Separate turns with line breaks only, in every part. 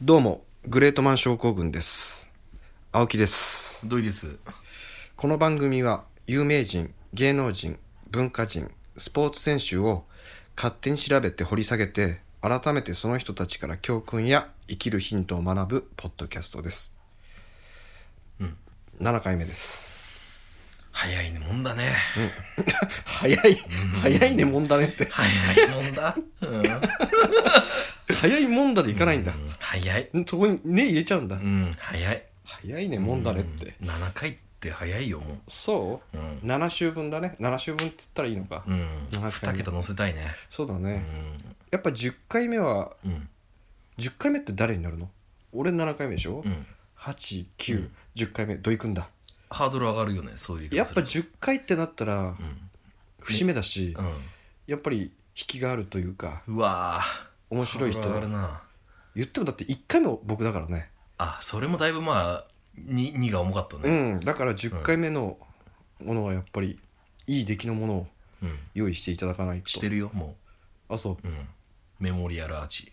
どうも、グレートマン症候群です。青木です。
どういです。
この番組は、有名人、芸能人、文化人、スポーツ選手を勝手に調べて掘り下げて、改めてその人たちから教訓や生きるヒントを学ぶポッドキャストです。うん。7回目です。
早いもんだね。
早い、早いねもんだねって。
早いもんだ。うん、
早いもんだでいかないんだ。
早い。
そこにね入れちゃうんだ
う。ん、早い。
早いねもんだねって。
うん。7回って早いよ、も
そう
う。うん。
?7 週分だね。7週分って言ったらいいのか。
うん。
7
2
回目
桁乗せたいね。
そうだね。
う
やっぱ10回目は
ん。うん。
10回目って誰になるの俺7回目でしょ、
うん。
8910回目どういくんだ
ハードル上がるよね、そういう言い
やっ
方す
ぱ
る
10回ってなったら節目だし、
うん。
やっぱり引きがあるというか
うん。うわぁ。
面白い人
ハードル上がるな。
言ってもだって1回目僕だからね
あ、それもだいぶまあ、2, 2が重かった
う
ね。
んだから10回目のものはやっぱりいい出来のものを
うん。
用意していただかないと
してるよ、も
あそう
う。うん。メモリアルアーチ。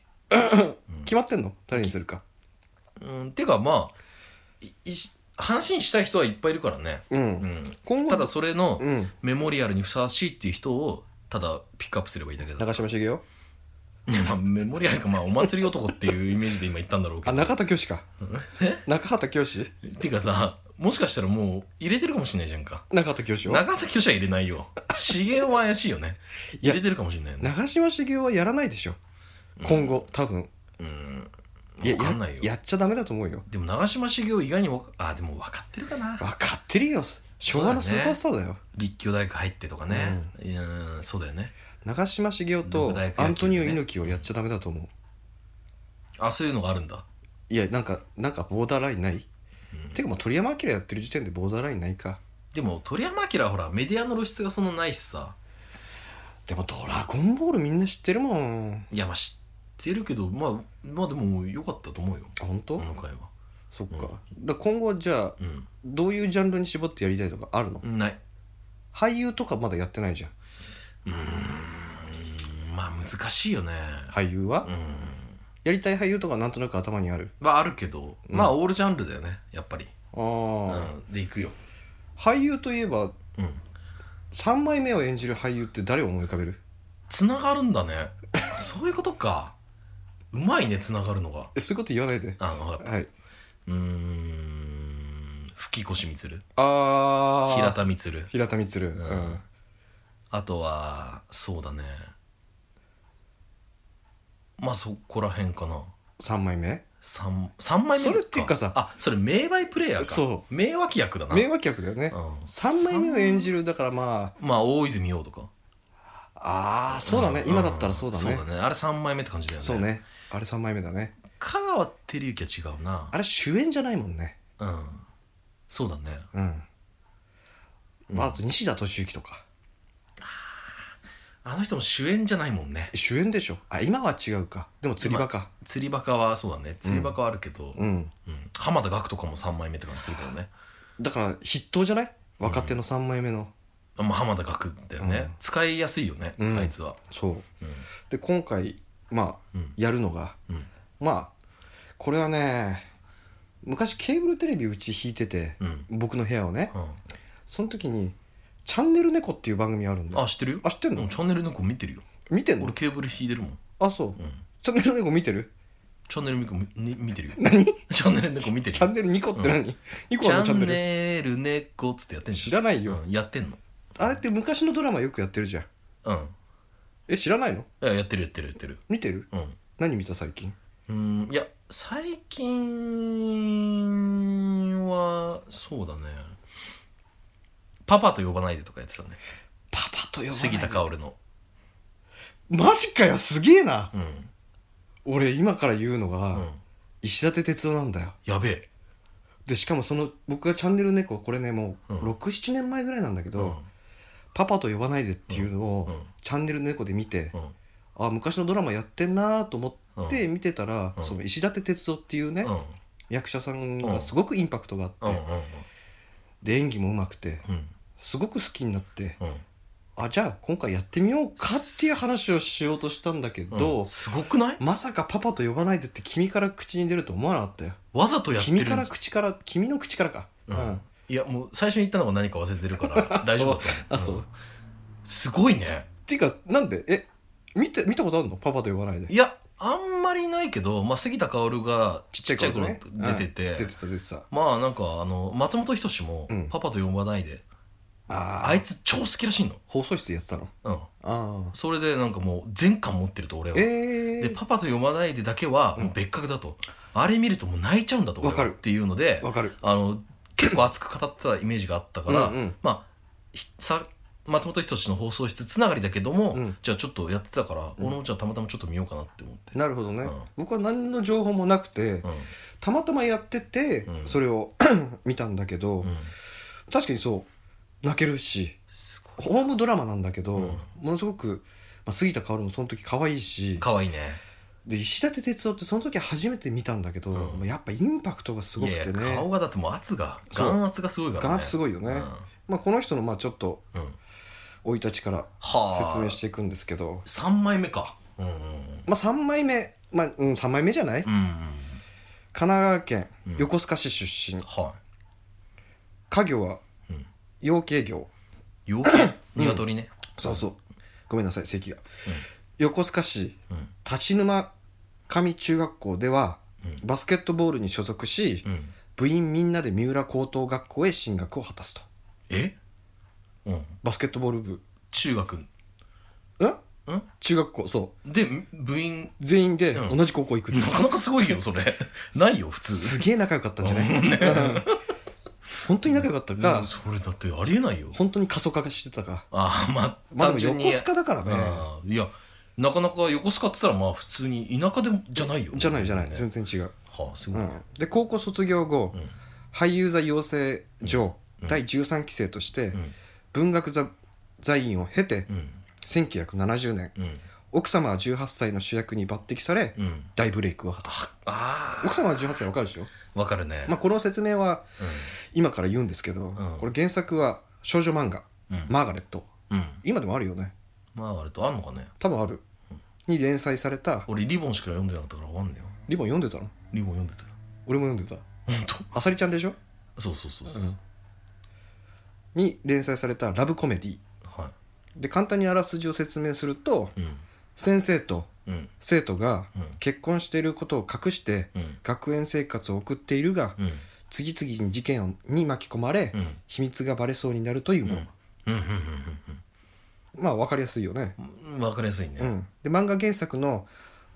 決まってんの誰にするか
うん。てかまあ、いいし話にしたい人はいっぱいいるからね。
うん、
うん。
今後
ただそれの
うん
メモリアルにふさわしいっていう人をただピックアップすればいいだけだ。
長嶋茂雄
いやまあメモリアルかまあお祭り男っていうイメージで今言ったんだろうけ
あ
ど。
中畑清か中畑清
てかさ、もしかしたらもう入れてるかもしれないじゃんか。
中畑清よ
長崎清は入れないよ。資源は怪しいよね。
いや
入れてるかもしれないよね。
長嶋茂雄はやらないでしょ、今後多分
うん。
いや
わかんないよ。
ややっちゃダメだと思うよ
でも長嶋茂雄意外にわかあ、でも分かってるかな
分。かってるよ昭和のスーパースターだよ
立教大学入ってとかね。うん、そうだよね。
長嶋茂雄と
六大学野球ね
アントニオ猪木をやっちゃダメだと思う
あ、そういうのがあるんだ。
いやなんかなんかボーダーラインない、
うん
てかもう鳥山明やってる時点でボーダーラインないか
でも鳥山明はほら、メディアの露出がそんなないしさ。
でも「ドラゴンボール」みんな知ってるもん
いやまあ知ってるけどまあまあでも良かったと思うよ
あ本当、
この回は
そっかだ今後じゃあ
う
どういうジャンルに絞ってやりたいとかあるの、
んない
俳優とかまだやってないじゃん
うーんまあ難しいよね
俳優は、
うん
やりたい俳優とかなんとなく頭にある
まああるけどまあオールジャンルだよねやっぱり
ああ、
うんでいくよ
俳優といえば
うん
3枚目を演じる俳優って誰を思い浮かべる
つながるんだね そういうことかうまいねつながるのが
えそういうこと言わないで
あ分かった
はい。
うーん吹越充
あー
平田充
平田充。うん。
んあとはそうだねまあそこら辺かな
3枚目
三三枚目
それっていうかさ
あそれ名バイプレイヤーか
そう
名脇役だな
名脇役だよね。
うん
3枚目を演じる、だからま
まあ大泉洋とか
あ、あー、そうだね。
ん
今だったらそうだね
そう。だねあれ三枚目って感じだよね
そうね。あれ3枚目だね。
香川照之は違うな
あれ主演じゃないもんね。
うんそうだね
うん。あと西田敏行とか。
あの人も主演じゃないもんね
主演でしょ。あ、今は違うか。でも釣りバカ。
釣りバカはそうだね釣りバカはあるけど、
うん。
うん浜田岳とかも三枚目って感じするけどね
だから筆頭じゃない若手の3枚目の。
あまあ浜田岳だよね、
うん
使いやすいよね、
うん
あいつは
そう。
うん
で、今回、まあ、
うん
やるのが、
うん
まあこれはね昔ケーブルテレビうち引いてて、
うん
僕の部屋をね
う
その時に「チャンネル猫」っていう番組あるん
ん、
だ
あ知ってるよ
あ知ってんの
うんチャンネル猫見てるよ
見てん
俺
の
ケーブル引いてるもん、
あそう、
うん、
チャンネル猫見てる
チャンネル猫みに見てるよ。
何
チャンネル猫見てる
チャンネル2個って何、2個あるのチ
チ
ャ
ャ
ン
ン
ネル
ネル猫っつってやってんじ
知らない
ゃ
よ、
ん。うん、やってんの。
あれって昔のドラマよくやってるじゃん
うん。
え知らないの
いややってるやってるやってる。
見てる
うん。
何見た最近
うん、いや、最近は、そうだね。パパと呼ばないでとかやってたね。
パパと呼ばない
杉田香織の。
マジかよすげえな
うん。
俺今から言うの
う
が、
ん。
石立哲夫なんだよ
やべえ。
でしかもその僕が「チャンネル猫」これねもう
うん
67年前ぐらいなんだけど、
うん
パパと呼ばないで」っていうのを、
うんうん
チャンネル猫で見て、
うん。
あ昔のドラマやってんなと思って見てたら、
うん
その石立哲夫っていうね、
うん。
役者さんがすごくインパクトがあって、
うん。うん。
で演技もうまくて
うん。
すごく好きになって
うん。
あじゃあ今回やってみようかっていう話をしようとしたんだけど、
うんすごくない
まさかパパと呼ばないでって君から口に出ると思わなかったよ
わざとやってる
君から口から君の口からかう、
うんん、いやもう最初に言ったのが何か忘れてるか ら大丈夫だと思う
あそうん
すごいね
ていうかなんでえ見て見たことあるのパパと呼ばないで
いやあんまりないけど、まあ、杉田薫がちっちゃい頃
ね
出てて、
うん出てた出てた
まあなんかあの松本人志も
うん
「パパと呼ばないで」
あ
あ
あ
いつ超好きらしいの
放送室でやってたの
うん
ああ
それでなんかもう全巻持ってると俺は、
え
で
え
パパと呼ばないでだけはもう別格だと、あれ見るともう泣いちゃうんだと俺は
わかる
っていうので
わかる
あの結構熱く語ってたイメージがあったから、
うんうん
まあひさ松本人志の放送室つながりだけども、
うん
じゃあちょっとやってたから、
うん
俺もじゃあたまたまちょっと見ようかなって思って
なるほどね、
うん
僕は何の情報もなくて
う
たまたまやってて、
うん
それを 見たんだけど、
んうん、
確かにそう泣けるし
すごい
ホームドラマなんだけど、
うん
ものすごく、まあ、杉田薫もその時可愛いし
かわいいね
で石立哲夫ってその時初めて見たんだけど、
うん
もうやっぱインパクトがすごくて
いやいや顔
ね
がだってもう圧が
そう
眼圧がすごいからね
眼圧すごいよねまあ、この人のまあちょっと
うんうん
生い立ちから
はあ
説明していくんですけど、
3枚目かうんうんうん
まあ、3枚目、まあうん、3枚目じゃない、
うんうん
神奈川県
うん
横須賀市出身、
は、
家業はい
うん、
養鶏業
陽気鶏ね
そうそうごめんなさい席が、横須賀市
うん
立沼上中学校では
うん
バスケットボールに所属し、
うん
部員みんなで三浦高等学校へ進学を果たすと
えうん
バスケットボール部
中学
うん
ん
中学校そう
で部員
全員で
うん
同じ高校行くって、
なかなかすごい よそれないよ普通
すげえ仲良かったんじゃない、うん本当に仲良かったか、
うんそれだってありえないよ
本当に過疎化がしてたか
ああまあ
まあ
単
で
純
も
に
横須賀だからね
ああいやなかなか横須賀って言ったらまあ普通に田舎でもじゃないよ
じゃないじゃない
全然ね
全然違う、
はあす
う
ごい
ん、で高校卒業後、
うん
俳優座養成所、
うん
第13期生として
うん
文学座座員を経て
うん
1970年
うん
奥様は18歳の主役に抜擢され
うん
大ブレイクを果たす
あ
奥様は18歳わかるでしょ、
あわかるね
まあ、この説明は今から言うんですけど、
ん
これ原作は少女漫画
うん
「マーガレット
うん」
今でもあるよね
まああれとあんのかね
多分あるに連載された
俺リボンしか読んでなかったからわかんねえよ
リボン読んでたの
リボン読んでたよ
俺も読んでた
本
あさりちゃんでしょ
当そうそうそうそう、
うんに連載されたラブコメディ
は
で簡単にあらすじを説明すると
いうん
先生と
うん
生徒が
うん
結婚していることを隠して
うん
学園生活を送っているが
うん
次々に事件に巻き込まれ
うん
秘密がバレそうになるというもの
うんうん
まあ分かりやすいよね、
うんうんわかりやすいね、
うん、で漫画原作の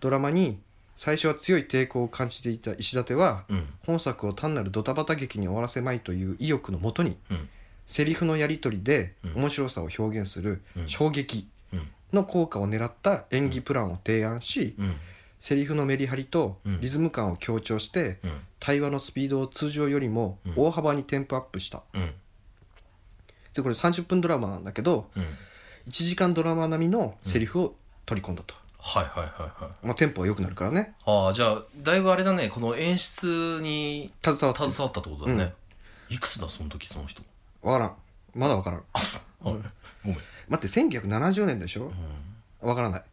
ドラマに最初は強い抵抗を感じていた石立は
うん
本作を単なるドタバタ劇に終わらせまいという意欲のもとに
うん
セリフのやり取りで
うん
面白さを表現する
うん
衝撃
うん
の効果を狙った演技プランを提案し
うん
セリフのメリハリと
うん
リズム感を強調して
うん
対話のスピードを通常よりも
うん
大幅にテンポアップした
うん
でこれ30分ドラマなんだけど
うん
1時間ドラマ並みのセリフを取り込んだと、
はいはいはいはい
まあ、テンポは良くなるからね
ああじゃあだいぶあれだねこの演出に
携わって
携わったってことだね、いくつだその時その人
わからんまだわからん
はい、ごめん、
待って1970年でしょわからない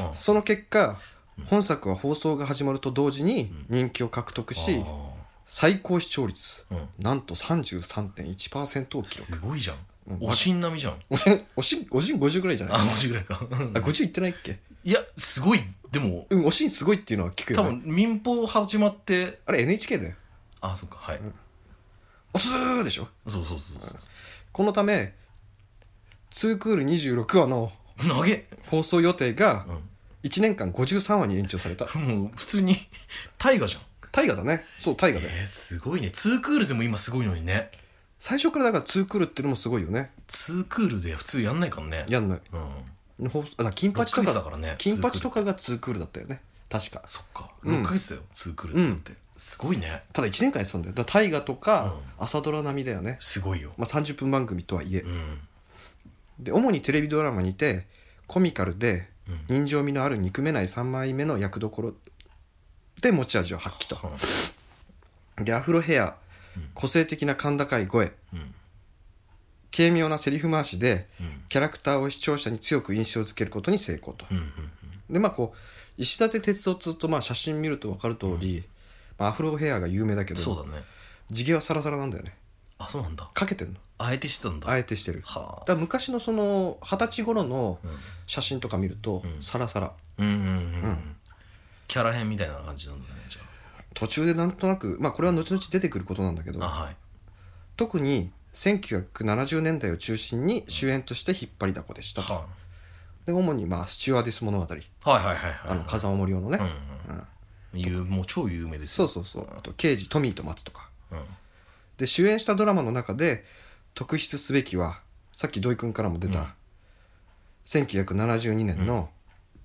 あ
その結果本作は放送が始まると同時に人気を獲得し、
あ
最高視聴率
ーうん
なんと33.1%を記録
すごいじゃん、
うん
おしん並みじゃん
おしんおしんおしん50ぐらいじゃない
あ
あ
マジぐらいか
50いってないっけ
いやすごいでも
うんおしんすごいっていうのは聞く
多
よ、ね、
分民放始まって
あれ NHK だよ
あそっかはい、
おつーでしょ
そうそうそうそう
このため2クール26話の
投げ、
放送予定が
う
1年間53話に延長された
ん、もう普通に大河じゃん
大河だねそう大河だよ
えー、すごいねツークールでも今すごいのにね
最初からだから2クールってのもすごいよね
ツークールで普通やんないからね
やんない
うん
放送あだから金
6ヶ
八と
月だ
か
からね
金八
ツー
とかが2クールだったよね確か
クールそっか
うん
6ヶ月だよ、ツークールってだって、すごいね
ただ1年間やってたんだよだから大河とか朝ドラ並みだよね、
すごいよ
まあ、30分番組とはいえ
うん
で主にテレビドラマにてコミカルで
うん
人情味のある憎めない3枚目の役どころで持ち味を発揮とでアフロヘア
うん
個性的な甲高い声
うん
軽妙なセリフ回しで
うん
キャラクターを視聴者に強く印象づけることに成功と
う。んうん
でまあこう石立哲夫っつうとまあ写真見ると分かる通り、まあ、アフロヘアが有名だけ
うんそう
ど
だね
地毛はサラサラなんだよね
あそうなんだ
かけてんの
あえてしてたんだ
あえてしてる
はあ
だから昔のその二十歳頃の
うん
写真とか見ると
うん
サラサラ
うんうんうん、う、
うん
キャラ編みたいな感じなんだねじゃ
途中でなんとなくまあこれは後々出てくることなんだけど
ああはい
特に1970年代を中心に主演として引っ張りだこでしたと、
は
で主にまあスチュワーディス物語
あはいはいはいはい
あの風間森夫のね、
う
うん
ん有もう超有名です
そう
よ
そうそうあと刑事トミーと松とか
うん
で主演したドラマの中で特筆すべきはさっき土井君からも出た、
うん
1972年の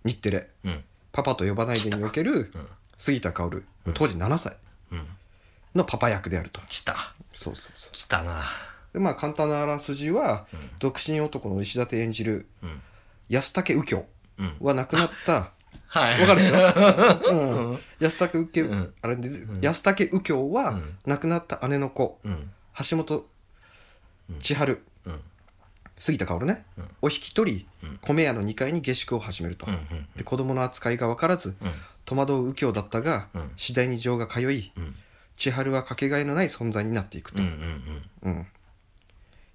日テレ、
うん
パパと呼ばないで」における
うん
杉田薫、当時7歳
うん
のパパ役であると
来た
そうそうそう
来たな
でまあ簡単なあらすじは、独身男の石立演じる
うん
安武右京
うん
は亡くな った
はい
わかるでしょ、
ょ
うん
うん
安武右京、
うん
あれで、安武右京
う
は
ん
亡くなった姉の子
うん
橋本千春、
うん
杉田薫ね、
うん
を引き取り、
うん
米屋の2階に下宿を始めると、
うんうん
で子供の扱いが分からず
うん
戸惑う右京だったが、
うん
次第に情が通い
うん
千春はかけがえのない存在になっていく
う
と、
ん
う
うん
ん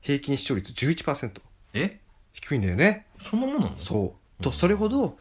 平均視聴率11%
え
低いんだよね
そんなもんなの
そう、とそれほど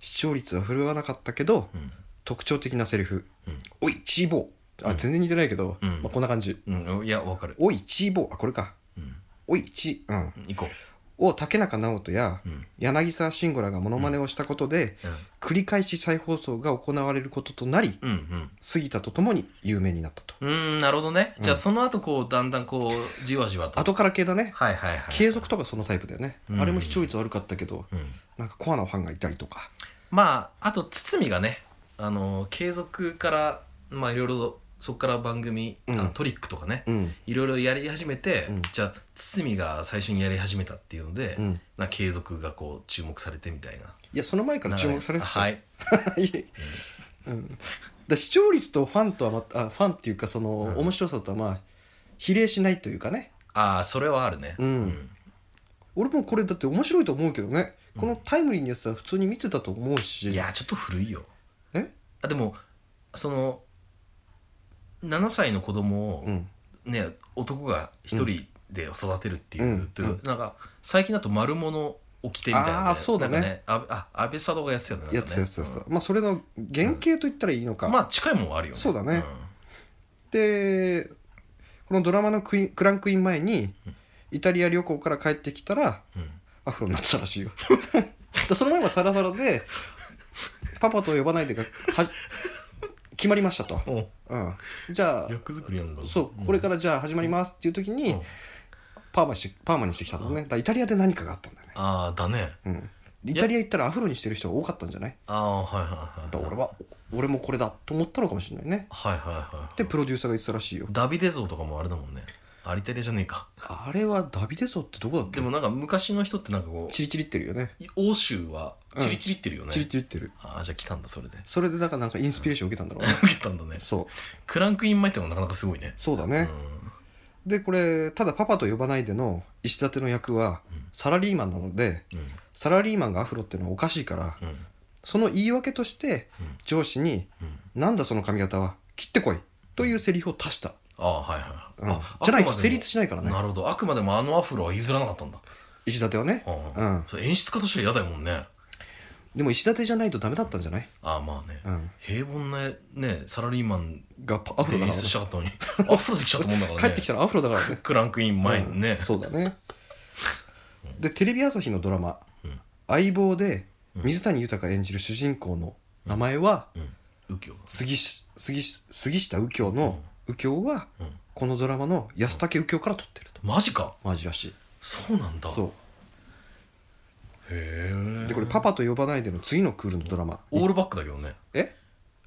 視聴率は振るわなかったけど、
うん
特徴的なセリフ
うん
「おいチーボー」あ全然似てないけど、
うん
まあ、こんな感じ
うんいやわかる
「おいチーボー」あこれか
うん
「おいチー」うん
行こ
を竹中直人や
ううん
柳沢慎吾らがモノマネをしたことで、繰り返し再放送が行われることとなり
うんうん
杉田とともに有名になったと
うんうんなるほどねじゃあ
うん
その後こうだんだんこうじわじわと
後から系だね
はいはいはい
継続とかそのタイプだよね、
うん
あれも視聴率悪かったけど
うん
なんかコアなファンがいたりとか
まああと堤がねあの継続からまあいろいろとそこから番組あ
うん
トリックとかね
うん
いろいろやり始めて、
うん
じゃあ堤が最初にやり始めたっていうので、
うん
な継続がこう注目されてみたいない
やその前から注目されてたよ
はい、
いえうん、だ視聴率とファンとはまたあファンっていうかその
ん
面白さとはまあ比例しないというかね
ああそれはあるね
うん俺もこれだって面白いと思うけどねこのタイムリーなやつは普通に見てたと思うし
いやちょっと古いよ
え
あでもその7歳の子供を
うん
ね、男が一人で育てるっていう、
うん
という
うん
なんか最近だと丸物を着てみたいな、
あーそうだね
なんかああ安倍佐渡がやってたよねなんかね
やつやつやつ、
うん
まあそれの原型といったらいいのか、
まあ近いもんはあるよね
そうだねでこのドラマのクイーンクランクイン前にイタリア旅行から帰ってきたら
うんうん
アフロになってたらしいよだその前はサラサラでパパと呼ばないでがはじ決まりましたと、
お
うん、じゃあ
役作りやんだ
そうこれかららじゃあ始まりますっていう時に
うん
パーマしてパーマにしてきたのねだからイタリアで何かがあったんだよね、
ああだね
うん、イタリア行ったらアフロにしてる人が多かったんじゃない
ああはいはいはい
だから俺は俺もこれだと思ったのかもしれないね
はいはいはい
でプロデューサーが言ってたらしいよ
ダビデ像とかもあれだもんねアリタリアじゃねえか
あれはダビデソってどこだっけ
でもなんか昔の人ってなんかこ
チリチリってるよね
う欧州はチリチリってるよね、
チリチリってる
ああじゃあ来たんだそれで
それでなんかなんかインスピレーション受けたんだろうね
受けたんだね
そう
クランクイン前ってのはなかなかすごいね
そうだね、でこれただパパと呼ばないでの石立の役はサラリーマンなので
うんうん
サラリーマンがアフロっていうのはおかしいから
うん
その言い訳として
うん
上司に
うん
「なんだその髪型は切ってこい」というセリフを足した、
ああはいはい
うん
はい、あ
じゃない
あくまでも
と成立しないからね
なるほどあくまでもあのアフロは譲らなかったんだ、
石立はねう
あ
ん
それ演出家としては嫌だもんね
でも石立じゃないとダメだったんじゃない、
ああまあね、
うん、
平凡なねサラリーマン
がパアフロだ
で演
か
出しちゃったの にアフロできちゃったもんだからら
帰
ね
ってきたらアフロだからね
クランクイン 前にね、
うんそうだねでテレビ朝日のドラマ
うん
「相棒」で水谷豊演じる主人公の名前は
うん、右京
杉し杉し杉下右京の右京は
うん
このドラマの安武右京から撮ってると
マジか
マジらしい
そうなんだ
そ
へ
う
え
でこれ「パパと呼ばないで」の次のクールのドラマ
オールバックだけどね
え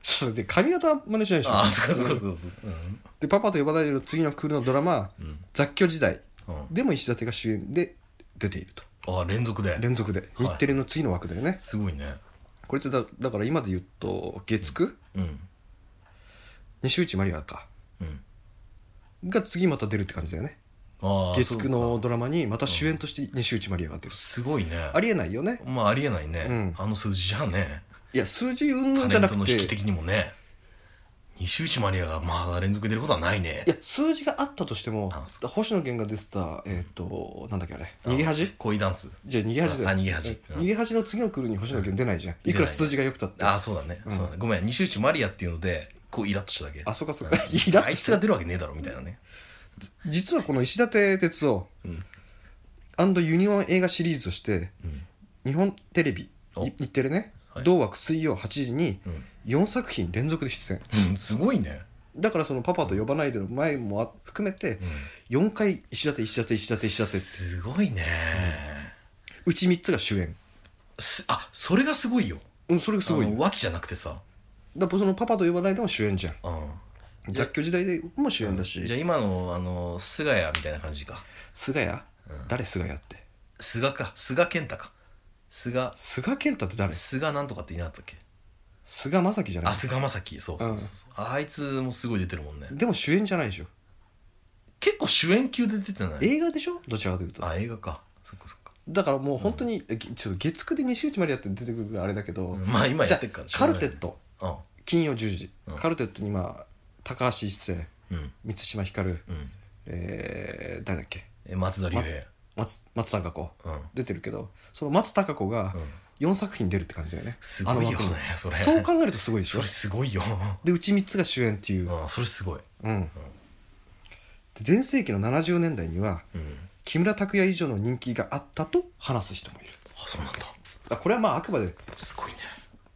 それで髪型真似しないでしょ
ああそうかそうかそうかうん
でパパと呼ばないでの次のクールのドラマ
うん
「雑居時代
うん」
でも石立が主演で出ていると
ああ連続で
連続で
い
日テレの次の枠だよね
すごいね
これってだだから今で言うと月9
うん
西内まりやか
うん
が次また出るって感じだよね
ああ
月9
そう
の
か
ドラマにまた主演として西内まりやがってる
すごいね
ありえないよね
まあありえないね、
うん
あの数字じゃね
いや数字云々
タ
じ
レ
ゃな
ントの
く
引き
てい
的にもね西内まりやがまあ連続で出ることはないね
や数字があったとしても
あそう
星野源が出てたえっ、となんだっけあれ
あ
逃げ恥
恋ダンス
じゃあ逃げ恥だよ
あ逃げ恥
え
うん
逃げ恥の次のクールに星野源出ないじゃん
うん
いくら数字が良くたって
ああそうだね,、
うん
そうだねごめん西内まりやっていうのでこうイラッとしただけ
あそうかそうか
うん
イラッ
あ
と
い
し
つ
た
が出るわけねえだろみたいなね
実はこの石立哲夫
うん、
ユニオン映画シリーズとして
うん
日本テレビ
お
日日テレね、
はい
同枠水曜8時に
うん
4作品連続で出演
うん、すごいね、
だからその「パパと呼ばないで」の前もあ含めて
うん、
4回石立石立石立石立って
すごいね、
うち3つが主演
すあそれがすごいよ
うんそれがすごい
あの
よ
脇じゃなくてさ、
だからその「パパと呼ばないで」も主演じゃん
うん、
雑居時代でも主演だし
じゃあ今のあの菅谷みたいな感じか
菅谷誰菅谷って
菅か菅健太か菅
菅健太って誰
菅なんとかっていなかったっけ
菅田将暉じゃな
あ
い
菅田将暉そうそうそうそうあいつもすごい出てるもんね
でも主演じゃないでしょ
結構主演級で出てない
映画でしょどちらかというと
あ映画かそっかそっか
だからもう本当に、えちょっと月9で西内まりやって出てくるからあれだけど、
うんまあ今
じゃ
やってるから
あカルテット
あ
金曜10時、
うん
カルテットに今高橋一生
うん
満島ひかる、
うん
えー、誰だっけ
え松田龍平
松松たか子
うんうん
出てるけどその松たか子が4作品出るって感じだよね、
すごいよ
あの枠
ね
に
それ
そう考えるとすごいでし
そ
ょ
れすごいよ
でうち3つが主演っていう、
うんそれすごい
うんで全盛期の70年代には
うん
木村拓哉以上の人気があったと話す人もいる
あそうなんだ
だこれはまああくまでっ
すごいね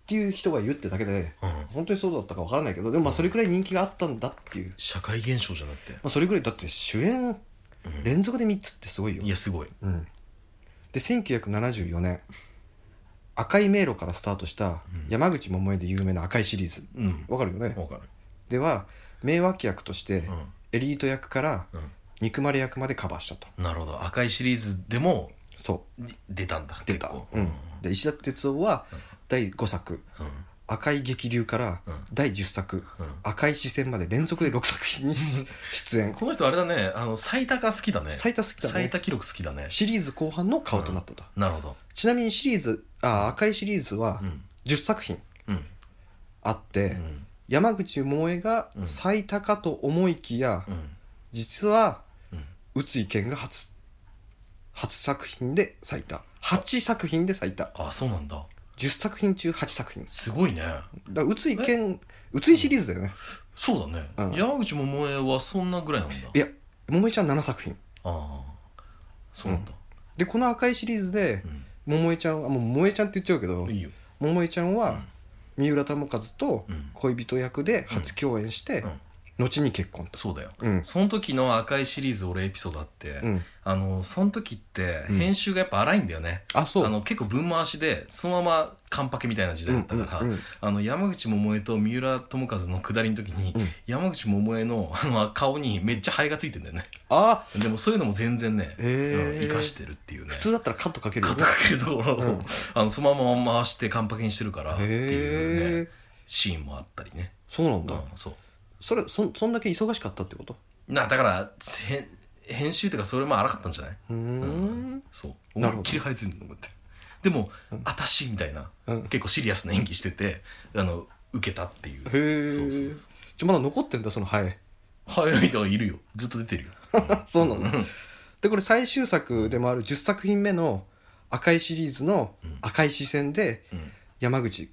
ていう人が言うってだけで
うん
本当にそうだったかわからないけどでもまあそれくらい人気があったんだっていう、ま
社会現象じゃなくて
あ、それくらいだって主演連続で3つってすごいよ
い、やすごい
うん、で1974年赤い迷路からスタートした山口百恵で有名な赤いシリーズ
うん
わかるよね
わかる
では名脇役として
うん
エリート役から
うん
憎まれ役までカバーしたと
なるほど赤いシリーズでも
そ
出たんだ
う出た
結構、
うん、で石田哲夫は第5作
うん
「赤い激流」から
うん
第10作
うん
「赤い視線」まで連続で6作品に出演
この人あれだねあの最多が好きだね
最多好きだ
最
ね
多記録好きだね
シリーズ後半の顔となったと、
なるほど
ちなみにシリーズあ赤いシリーズは
うん
10作品
うん
あって、
うん
山口百恵が最多かと思いきや、
うん
実は
うん
宇津井健が初初作品で最多8作品で最多
あそうなんだ
10作品中8作品だか
すごいね
ら宇津井健宇津井シリーズだよね
そうだね、
うん
山口百恵はそんなぐらいなんだ
いや百恵ちゃん7作品
ああそうなんだ、
でこの赤いシリーズで
うん
百恵ちゃんはもう萌えちゃんって言っちゃうけど
いいよ
百恵ちゃんは三浦友和と
うん
恋人役で初共演して、
うん
後に結婚と
そうだよ、
うん
その時の赤いシリーズ俺エピソードあって、
うん
あのその時って
うん
編集がやっぱ荒いんだよね、
あそう
あの結構分回しでそのままカンパケみたいな時代だったから、
うんうんうん
あの山口百恵と三浦友和の下りの時に、
うん
山口百恵のあの顔にめっちゃハエがついてんだよね
あ
でもそういうのも全然ね、
へー
生かしてるっていうね
普通だったらカットかけるよ
肩
ね
掛けるところを、
うん
あのそのまま回してカンパケにしてるからっていう
へえ
ねシーンもあったりね、
そうなんだ、
うんそう
それそそんだけ忙しかったってこと
なだからへ編集というかそれも荒かったんじゃないう
ーん
そう
なるほ
思い
ど
っきりハエついてると思ってでも「あたし」みたいな、
うん
結構シリアスな演技しててあの受けたっていう
へえ
そうそうそ
じ
う
ゃあまだ残ってんだそのハエ
ハエがいるよずっと出てるよ、
そうなのでこれ最終作でもある10作品目の赤いシリーズの「赤い視線」で
うん、
山口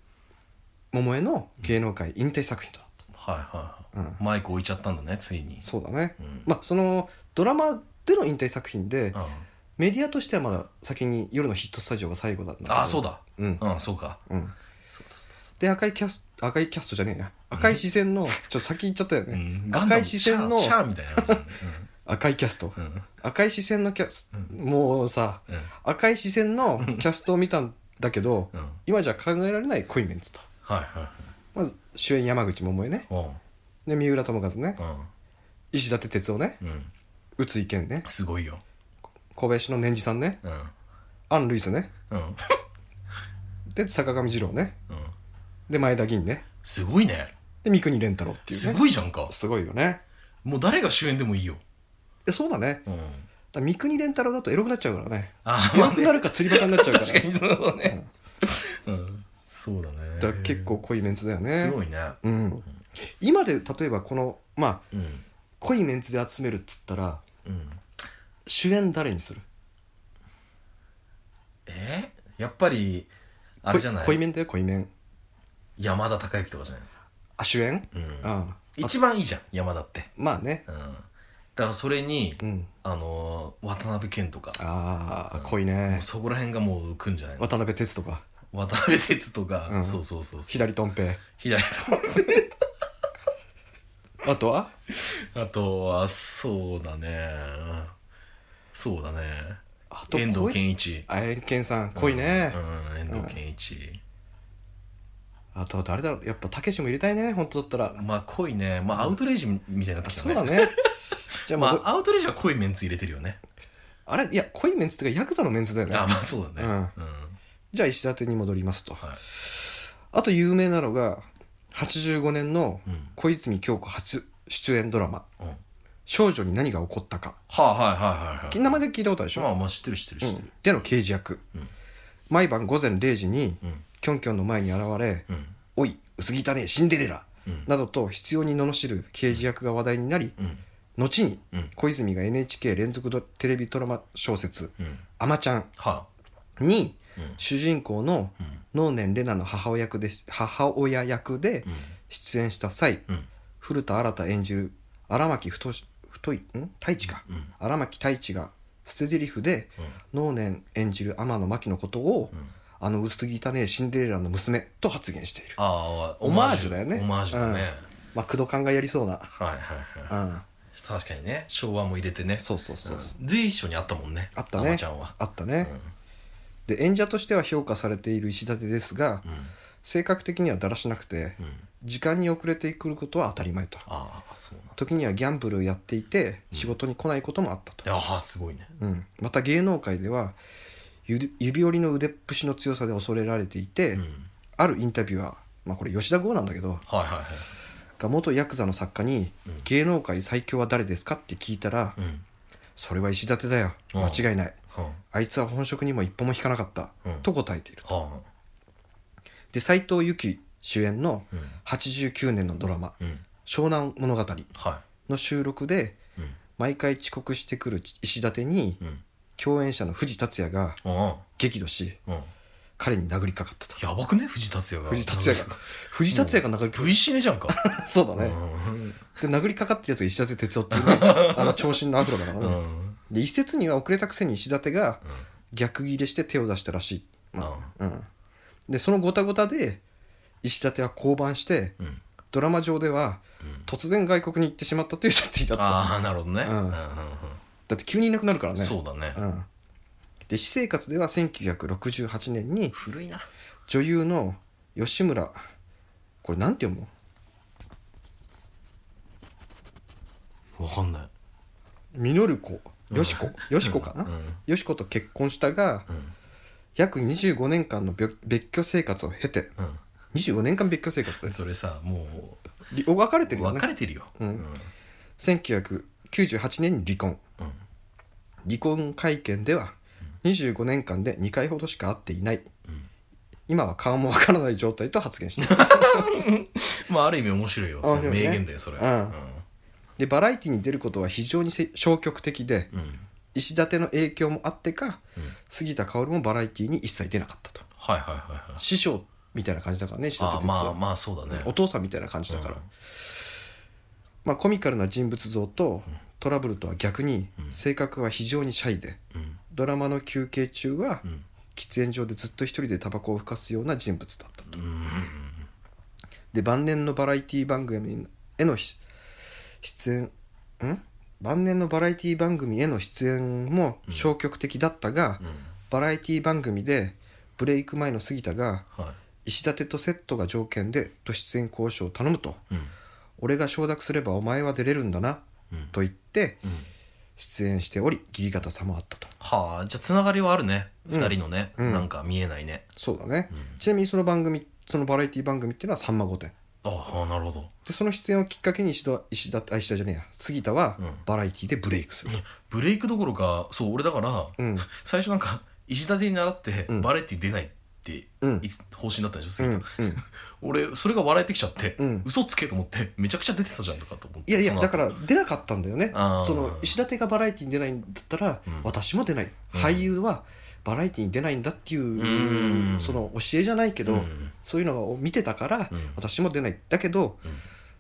百恵の芸能界引退作品となった、
はいはいはい、
う
マイク置いちゃったんだねついに
そうだね、
うん
まあそのドラマでの引退作品で
うん
メディアとしてはまだ先に「夜のヒットスタジオ」が最後だったん
ああそう
だ
だ
うん
うんそうか
うん
そうだそうだ
で赤いキャス赤いキャストじゃねえや赤い視線の、ちょっと先言っちゃったよね、
うんガン
赤
ダム
い視線の
シャーシャーみたいな感じ、
赤いキャスト
うんうん
赤い視線のキャス、
う
もうさ
うん
赤い視線のキャストを見たんだけど、
うん
今じゃ考えられない濃いメンツと
はいはいはい
まず主演山口百恵ね
おう
で三浦友和ね
う
石立哲夫ね
んうん
宇津井健ね
すごいよ
小林の年次さんね
うん
安ルイスね
うん
で坂上二郎ね
うん
で前田銀ね
すごいね
で三國連太郎っていう
す
ね
ごいじゃんか
すごいよね
もう誰が主演でもいいよ
えそうだね
うん
だから三国連太郎だとエロくなっちゃうから ね
あ
エロ
あ、
くなるか釣りバカになっちゃうから
確かにそう
う
ね
ん。
うん。そうだね。
だから結構濃いメンツだよね
すごいね。
うん、今で例えばこのまあ
うん。
濃いメンツで集めるっつったら
うん。
主演誰にする
えやっぱり、あれじゃない
濃いメンだよ濃いメン
山田孝之とかじゃない
あ主演
うん
ああ
一番いいじゃん、山田って。
まあね
うん。だからそれに、
うん
あのー、渡辺謙とか、
ああ
うん
濃いね
もうそこら辺がもう浮くんじゃないの
渡辺徹とか
渡辺哲と
う
か、
ん
そうそうそうそう。
左とん平
左 と。
あとは
あとは、そうだね。そうだね。
あと
遠藤
健
健一。
あ遠健さん濃いね
うん、遠藤健一。
あとは誰だろうやっぱたけしも入れたいね本当だったら
まあ濃いね。まあアウトレイジみたいになってきた
そうだ。 ねじゃあ
ま
もうど
あアウトレイジは濃いメンツ入れてるよね。
あれいや濃いメンツっていうかヤクザのメンツだよね
あまあそうだね。うん。
じゃあ石立に戻りますと
はい。
あと有名なのが85年の
うん。
小泉京子初出演ドラマ
うん。は
「少女に何が起こったか
あはいはいはいは」い。
名前で聞いたことあるでし
ま
ょ、
あまあ知ってる知ってる
う
知ってる。
ん、での刑事役、
うん
毎晩午前0時に
うん。
キョンキョンの前に現れ
うん。
「おい薄汚ねえシンデレラ
うん」。
などと必要に罵る刑事役が話題になり
うん。
後に
うん。
小泉が NHK 連続ドテレビドラマ小説
うん。
「あまちゃん
はあ。」
に
うん。
主人公の
うん。
能年玲奈の母親役で母親役で出演した際
うん。うん。
古田新太演じる荒牧太し太いん太一か
うん。
荒牧太一が捨て台詞で能年演じる天野真紀のことを、
うん。
あの薄汚ねえシンデレラの娘と発言している
ああ、オマージュだね。
まあ工藤勘がやりそうな
はいはいは
あ
い。確かにね、昭和も入れてね。
そうそうそう、
随所にあったもんね。
あったね
あまちゃんは。
あったね、で演者としては評価されている石立ですが、
うん。
性格的にはだらしなくて
うん。
時間に遅れてくることは当たり前と
ああ、そうなんだ。
時にはギャンブルをやっていて仕事に来ないこともあったと、
ああ、すごいね。
うん、また芸能界ではゆ指折りの腕っぷしの強さで恐れられていて、
うん。
あるインタビューは、まあ、これ吉田剛なんだけど
はいはいはい。
が元ヤクザの作家に
うん
「芸能界最強は誰ですか?」って聞いたら
うん。
「それは石立だよ
うん
間違いない
は
あいつは本職にも一歩も引かなかった
うん」
と答えている
あ。は
で斎藤由貴主演の
あ。
89年のドラマ
うん。うん。
「湘南物語」
は
の収録で
い。うん。
毎回遅刻してくる石立に
うん。
共演者の藤達也が
あ
激怒し
あ。うん。
彼に殴りかかったと
やばくね藤達也が。
藤達也が。藤達也が殴りか
V シネじゃんか。
かそうだ
う
ね
ん。
で殴りかかってるやつが石立哲夫っていう ねあの長身のアフロだから
う
ね
ん。
で一説には遅れたくせに石立が逆ギレして手を出したらしい、まあうん、でそのごたごたで石立は降板して
うん。
ドラマ上では突然外国に行ってしまったという設定だった
ああ、なるほどね。うん。
だって急にいなくなるからね
そうだね。
ん、で私生活では1968年に
古いな。
女優の吉村これなんて読むの
わかんない。
ミノルコよしこよしこかな、
うん。
よしこと結婚したが
うん。
約25年間の別別居生活を経て25年間別居生活だよ
それさ、も
りお別れて
う、
るよね
別れてるよ。うん。
1998年に離婚
うん。
離婚会見では25年間で2回ほどしか会っていない、
うん
今は顔もわからない状態と発言している
まあ、ある意味面白いよ。その名言だよ、それ。
でバラエティに出ることは非常にせ消極的で
うん。
石立の影響もあってか、
うん
杉田薫もバラエティに一切出なかったと
はいはいはいはい。
師匠みたいな感じだからね石立
あ
哲
まあ
は、
まあそうだね。
お父さんみたいな感じだから、
うん
まあ、コミカルな人物像とトラブルとは逆に
うん
性格は非常にシャイで
うん
ドラマの休憩中は
うん
喫煙所でずっと一人でタバコをふかすような人物だったと
うんうん
で晩年のバラエティ番組へのひ出演ん晩年のバラエティ番組への出演も消極的だったが、
うん
バラエティ番組でブレイク前の杉田が
は
石立とセットが条件でと出演交渉を頼むと
い。うん
俺が承諾すればお前は出れるんだな
うん
と言って
うん
出演しており義理方さもあったと
はあじゃあつながりはあるね
うん
二人のね
うん
なんか見えないね。
そうだね、
うん
ちなみにその番組そのバラエティ番組っていうのは「さんま御殿」
ああなるほど
でその出演をきっかけに石田石田あ石田じゃねえや杉田は
うん
バラエティでブレイクする、
ブレイクどころかそう俺だから
うん
最初なんか石立に習って
うん
バラエティ出ないって
うん
いつ方針だったんで
う
しょ杉
ん
田、
うん、
俺それが笑えてきちゃって、
うん
嘘つけと思ってめちゃくちゃ出てたじゃんとかと思って
いやい
そ
や
の後
だから出なかったんだよね
あー
その石立がバラエティに出ないんだったら、
うん
私も出ない、
うん
俳優はバラエティに出ないんだっていう、
うん
その教えじゃないけど、
うん
そういうのを見てたから、
うん
私も出ないだけど、
うん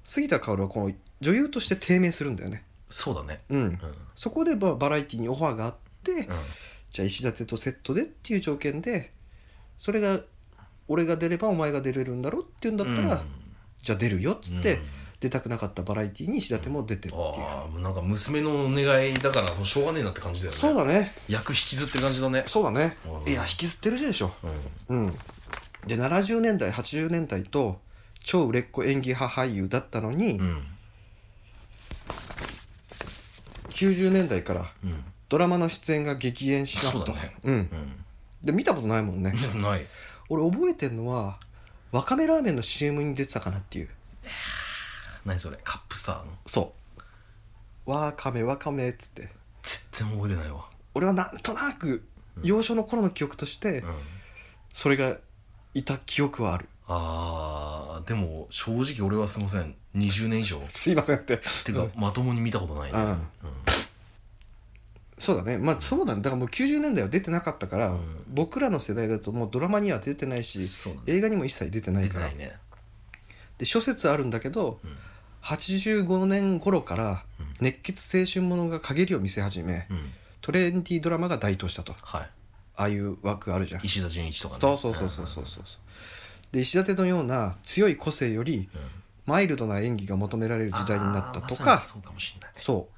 杉田薫はこの女優として低迷するんだよね、
そうだね
うん、
うん、
そこでまあバラエティにオファーがあって、
うん
じゃあ石立とセットでっていう条件でそれが俺が出ればお前が出れるんだろっていうんだったら、
うん
じゃあ出るよっつって、
うん
出たくなかったバラエティに石立も出てるっていう。
ああなんか娘のお願いだからもうしょうがねえなって感じだよね
そうだね
役引きずってる感じだね
そうだね
うん
いや引きずってるでしょ
うん
うんで70年代80年代と超売れっ子演技派俳優だったのに、
うん
90年代から
うん
ドラマの出演が激減しますと
そうだね
うんで見たことないもんね
うんない
俺覚えてんのはわかめラーメンの CM に出てたかなっていう
何それカップスターの
そうわかめわかめっつって
全然覚えてないわ
俺はなんとなく
うん
幼少の頃の記憶として
うん
それがいた記憶はある
あーでも正直俺はすいません20年以上
すいませんって
てかまともに見たことないね
うんそうだねまあそうだねだからもう90年代は出てなかったから、
うん
僕らの世代だともうドラマには出てない
うん
し
そうだね
映画にも一切出てない
出て
から
ないね
で諸説あるんだけど
うん
85年頃から
うん
熱血青春ものが陰りを見せ始め
うん
トレンディードラマが台頭したと
は
ああいう枠あるじゃん
い石田純一とかね
そうそうそうそうそうそうで石立のような強い個性より
うん
マイルドな演技が求められる時代になったとか、
あーまさにそうかもしれないね
そう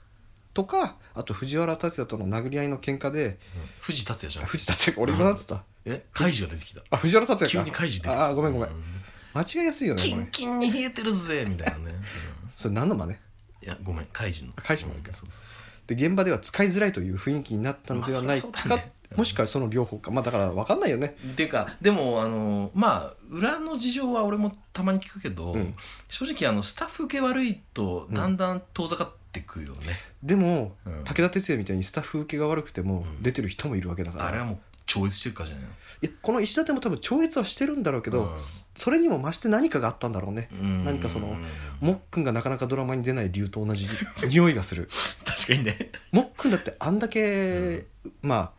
とかあと藤原竜也との殴り合いの喧嘩で
うん藤達也じゃ
あ
ん
藤田竜也俺今なんつった
えカイジが出てきた
あ藤原竜也か
急にカイジ出てきた
あーごめんごめん
う
間違いやすいよね
キ
こ
ン
れ
キンに冷えてるぜみたいなね、
それ何の真似
うんいやごめんカイジの
カイジの方がいいか
うんそうそう
で現場では使いづらいという雰囲気になったのではないか、
まあそりゃそうだねうん
もしくはその両方かまあだから分かんないよね
っていうかでもあのまあ裏の事情は俺もたまに聞くけど、
うん
正直あのスタッフ受け悪いとだんだん遠ざかってくるよね、
でも、
うん
武田鉄矢みたいにスタッフ受けが悪くても
うん
出てる人もいるわけだから、
あれはもう超越してるからじゃないの
いやこの石立も多分超越はしてるんだろうけど、
うん
それにも増して何かがあったんだろうね、
うん
何かそのもっくんがなかなかドラマに出ない理由と同じ匂いが する
確かにね
もっくんだってあんだけ、まあ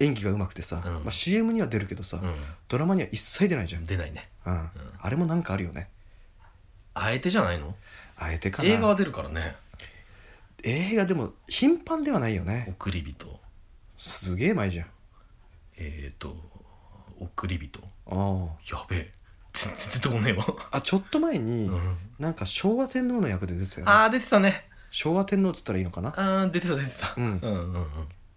演技が上手くてさ、
うん
まあ、CM には出るけどさ、
う
ドラマには一切出ないじゃん、
ん
うん
出ないね
あれもなんかあるよね
あえてじゃないの
あえてかな
映画は出るからね
映画でも頻繁ではないよね
送り人
すげえ前じゃん
えっ、ー、と送り人
あ
やべえ全然出てこねえわ、
あちょっと前に、
うん
なんか昭和天皇の役で出てたよね
あー出てたね
昭和天皇っつったらいいのかな
あー出てた出てた
うん
うんうんうん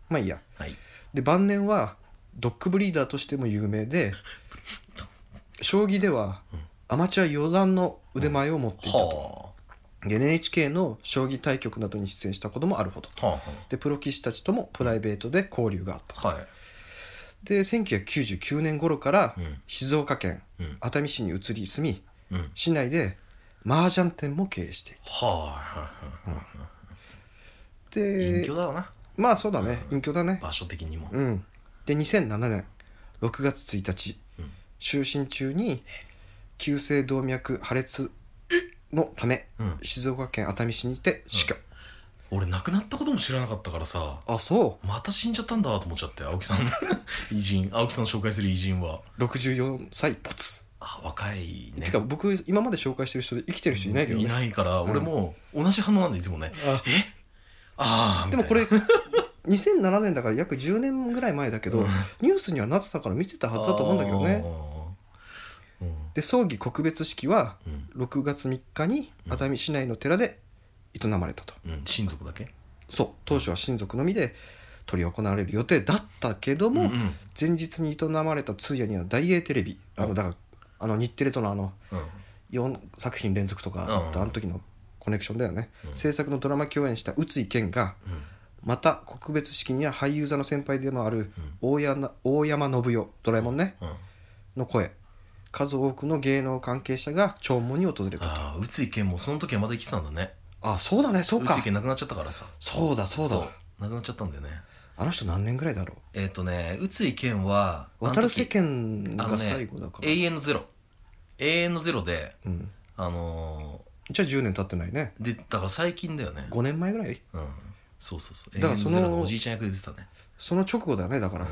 まあいいや
はい
で晩年はドッグブリーダーとしても有名 で将棋では
うん
アマチュア四段の腕前を持っていたと、
は
で NHK の将棋対局などに出演したこともあるほど
あは
でプロ棋士たちともプライベートで交流があった
あは
で1999年頃から
いうん
静岡県
うん
熱海市に移り住み
うん
市内で麻雀店も経営していた
はあはいはいはい隠
で
居だわな
まあそうだね隠居だね
場所的にも
うんで2007年6月1日
うん
就寝中に急性動脈破裂のため
うん
静岡県熱海市にて死去、
俺亡くなったことも知らなかったからさ
あそ
また死んじゃったんだと思っちゃって青 木さんの偉人青木さんの紹介する偉人は
う64歳ポツ、
あ若いね
てか僕今まで紹介してる人で生きてる人いないけどね、
いないから俺も同じ反応なんでいつもね
あ
えああ
でもこれ2007年だから約10年ぐらい前だけど、
うん
ニュースにはなってたから見てたはずだと思うんだけどね
あー
で葬儀告別式は
うんうん
6月3日に熱海市内の寺で営まれたと、
うん親族だけ
そう当初は親族のみで執り行われる予定だったけども、
んん
前日に営まれた通夜には大英テレビあのだからあの日テレとのあの
うん
4作品連続とかあっ
う
た
ん
あの時のコネクションだよね、
うん
制作のドラマ共演した宇津井健が
うん
また告別式には俳優座の先輩でもある大山大山信代ドラえもんね
うん
の声数多くの芸能関係者が弔問に訪れたと
ああ宇井健もその時はまだ生きてたんだね
あそうだねそうか
宇井健亡くなっちゃったからさ
そうだそうだ
亡くなっちゃったんだよね
あの人何年ぐらいだろ
えっ、とね宇井健は
う渡る世
あ
間が
あのね
最後だか
の
ら、
時永遠のゼロ永遠のゼロで
うん、
あの
じゃあ10年経ってないね
ーでだから最近だよね
5年前ぐらい
うんそうそうそう
だから
永
そ
遠
の
のゼロのおじいちゃん役で出てたね
その直後だよねだから
う、ん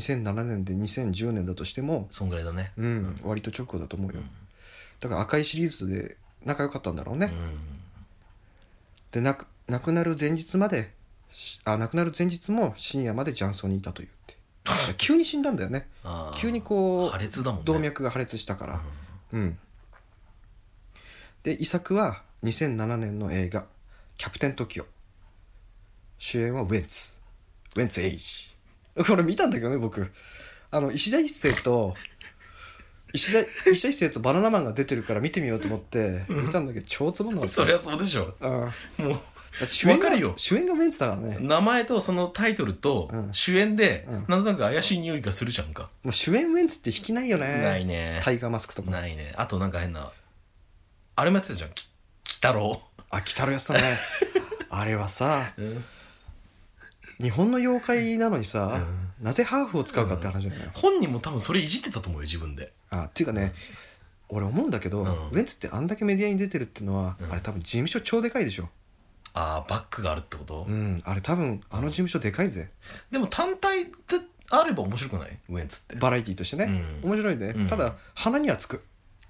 2007年で2010年だとしても
そんぐらいだね
うん、割と直後だと思う
う
よ、
ん
だから赤いシリーズで仲良かったんだろうね、
うん
で亡く亡くなる前日までしあ亡くなる前日も深夜まで雀荘にいたという ってだから急に死んだんだよね
ああ
急にこ
破裂だも
う
んね
動脈が破裂したか
う
ら
ん
うんで遺作は2007年の映画「キャプテン TOKIO」主演はウェンツウェンツエイジ これ見たんだけどね僕あの石田一生と 石田石田一生とバナナマンが出てるから見てみようと思って見たんだけど超つぼんなの
そりゃそうでしょ
うん
もう
だって主演が
わかるよ
主演がウェンツだからね
名前とそのタイトルと
うん
主演で
うん
なんとなく怪しい匂いがするじゃんか、
もう主演ウェンツって引きないよね
ないね
タイガーマスクとか
ないねあとなんか変なあれもやってたじゃんき鬼太郎
あ北郎やってたね あれはさ日本の妖怪なのにさ、なぜハーフを使うかって話じゃない、
本人も多分それいじってたと思うよ自分で
あっていうかね俺思うんだけど、
うん
ウェンツってあんだけメディアに出てるっていうのは、
うん
あれ多分事務所超でかいでしょ
ああバックがあるってこと、
うんあれ多分あの事務所でかいぜ
でも単体であれば面白くないウエンツって
バラエティーとしてね、
うん
面白いね、
うん
ただ鼻にはつく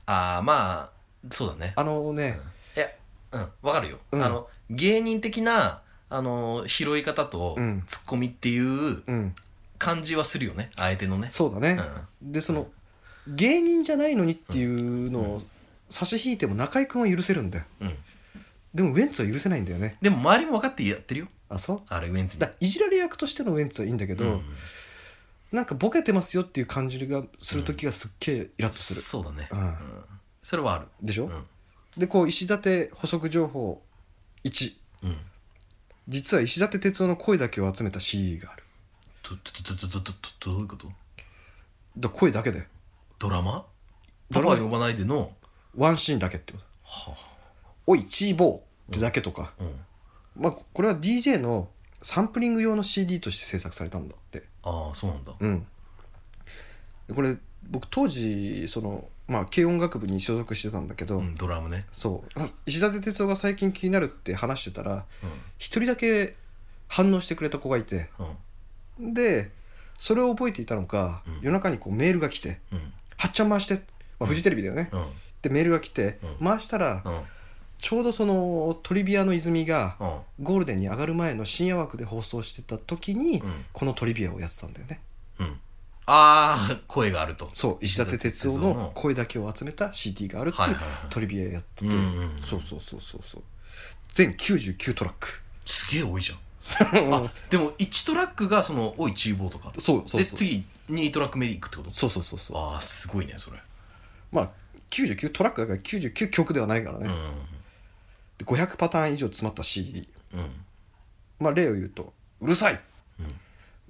ああまあそうだね
あのね、
いやうんわかるよ、
うん
あの芸人的なあの拾い方と
うん
ツッコミっていう
うん
感じはするよね相手のね
そうだね、でその芸人じゃないのにっていうの
う
を差し引いても中居君は許せるんだよ
うんうん、
でもウェンツは許せないんだよね
でも周りも分かってやってるよ
あそう
あれウエンツに
だからいじられ役としてのウェンツはいいんだけど、
うん
なんかボケてますよっていう感じがする時がすっげえイラッとする、
そうだね、
うん
それはある
でしょ、
うん
でこう石立補足情報1
うん
実は石立哲夫の声だけを集めた CD がある
どどどどどどどどういうこと
だから声だけで
ドラマ
ド
パ
ラ
パ
マ
呼ばないでの
ワンシーンだけってこと
は
「おいチーボー」ってだけとか、
あ、うん、
まあこれは DJ のサンプリング用の CD として制作されたんだって
ああそうなんだ
うん、でこれ僕当時その、まあ、軽音楽部に所属してたんだけど、
うんドラムね、
そうあ石立哲夫が最近気になるって話してたら
う
一人だけ反応してくれた子がいて
んうん
でそれを覚えていたのか、
うん
夜中にこうメールが来て
うん
「はっちゃん回して」まあ、フジテレビだよね、
うん
でメールが来て、
うん
回したら、
うん
ちょうどそのトリビアの泉が
うん
ゴールデンに上がる前の深夜枠で放送してた時に、
うん
このトリビアをやってたんだよね
うんああ声があると
そう石立哲夫の声だけを集めた CD があるって
はいいうはいはい
トリビアやってて、
うんうんうん
そうそうそうそうそう全99トラック
すげえ多いじゃんあでも1トラックがその「おいチーボー」とか
そうそうそう
で次2トラック目に行くってこと
そうそうそうそう
ああすごいねそれ
まあ99トラックだから99曲ではないからね、
う
で500パターン以上詰まった CD
んうん
まあ例を言うと「うるさい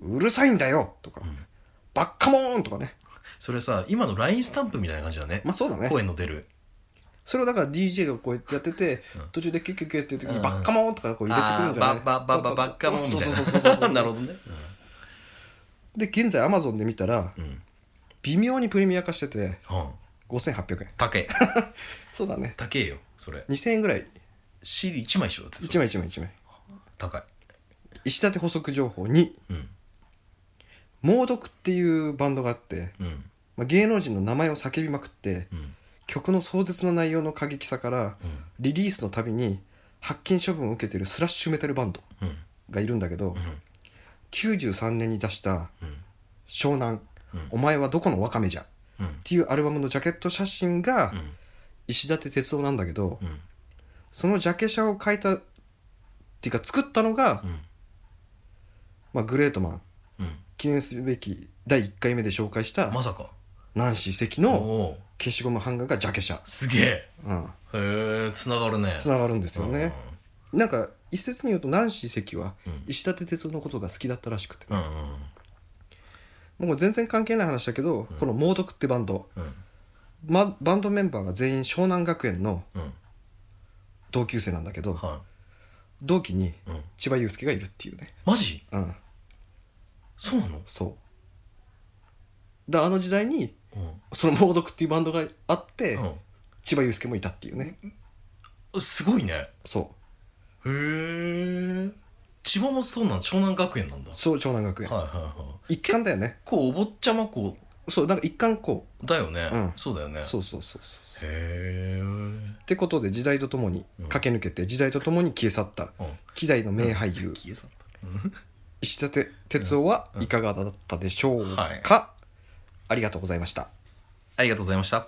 うん
うるさいんだよ!」とか、
ん
バッカモーン!」とかね
それさ今の LINE スタンプみたいな感じだね
まあそうだね
声の出る
それをだから DJ がこうやってやってて、
うん
途中でキュッキュッキュッっていう時に
う
「
ん
バッカモーン!」とかこう入れてくるんじゃ
あ
ない
ーばばばばばっかもんみた
そ
い
う
な
そうそうそうそう
なるほどね
で現在 Amazon で見たら
うん、うん
微妙にプレミア化してて
うん、
5800円
高え
そうだね
高えよそれ
2000円ぐらい
CD1 枚一緒だって
1枚1枚1枚
高い
石立補足情報に
うん
猛毒っていうバンドがあって、
うん
まあ、芸能人の名前を叫びまくって
うん
曲の壮絶な内容の過激さから
うん
リリースのたびに発禁処分を受けてるスラッシュメタルバンド
うん
がいるんだけど
うん
93年に出した
うん
「湘南
うん
お前はどこのワカメじゃ」っ
うん
ていうアルバムのジャケット写真が
うん
石立哲夫なんだけど
うん
そのジャケ写を描いたっていうか作ったのが、
うん
まあ、グレートマン
うん
記念すべき第1回目で紹介した
まさか
ナンシー関
お
の
おー
消しゴム版画がジャケ写、
すげえ
うん、
へえつながるね
つながるんですよね、なんか一説に言うとナンシー関は
うん
石立哲夫のことが好きだったらしくて、
うんうんうん
もう全然関係ない話だけど、この猛毒ってバンド、
うん
ま、バンドメンバーが全員湘南学園の
うん
同級生なんだけど、
は
同期に
い、うん、
千葉雄介がいるっていうね
マジ
うん
そうなの、
そうだあの時代に
うん
その猛毒っていうバンドがあって、
うん
千葉雄介もいたっていうね
あ、すごいねへ
そ
え千葉もそうなん湘南学園なんだ
う
は
そう湘南学
い
園、
はいはい
一貫だよね
こうお坊ちゃま子
そうなんか一貫こ
だよね、
うん
そうだよね
うそうそうそうそう
へえ
ってことで時代とともに
うん
駆け抜けて時代とともに消え去った希代の名俳優
消え去ったうん
石立哲夫はいかがだったでしょうか、
はい
ありがとうございました
ありがとうございました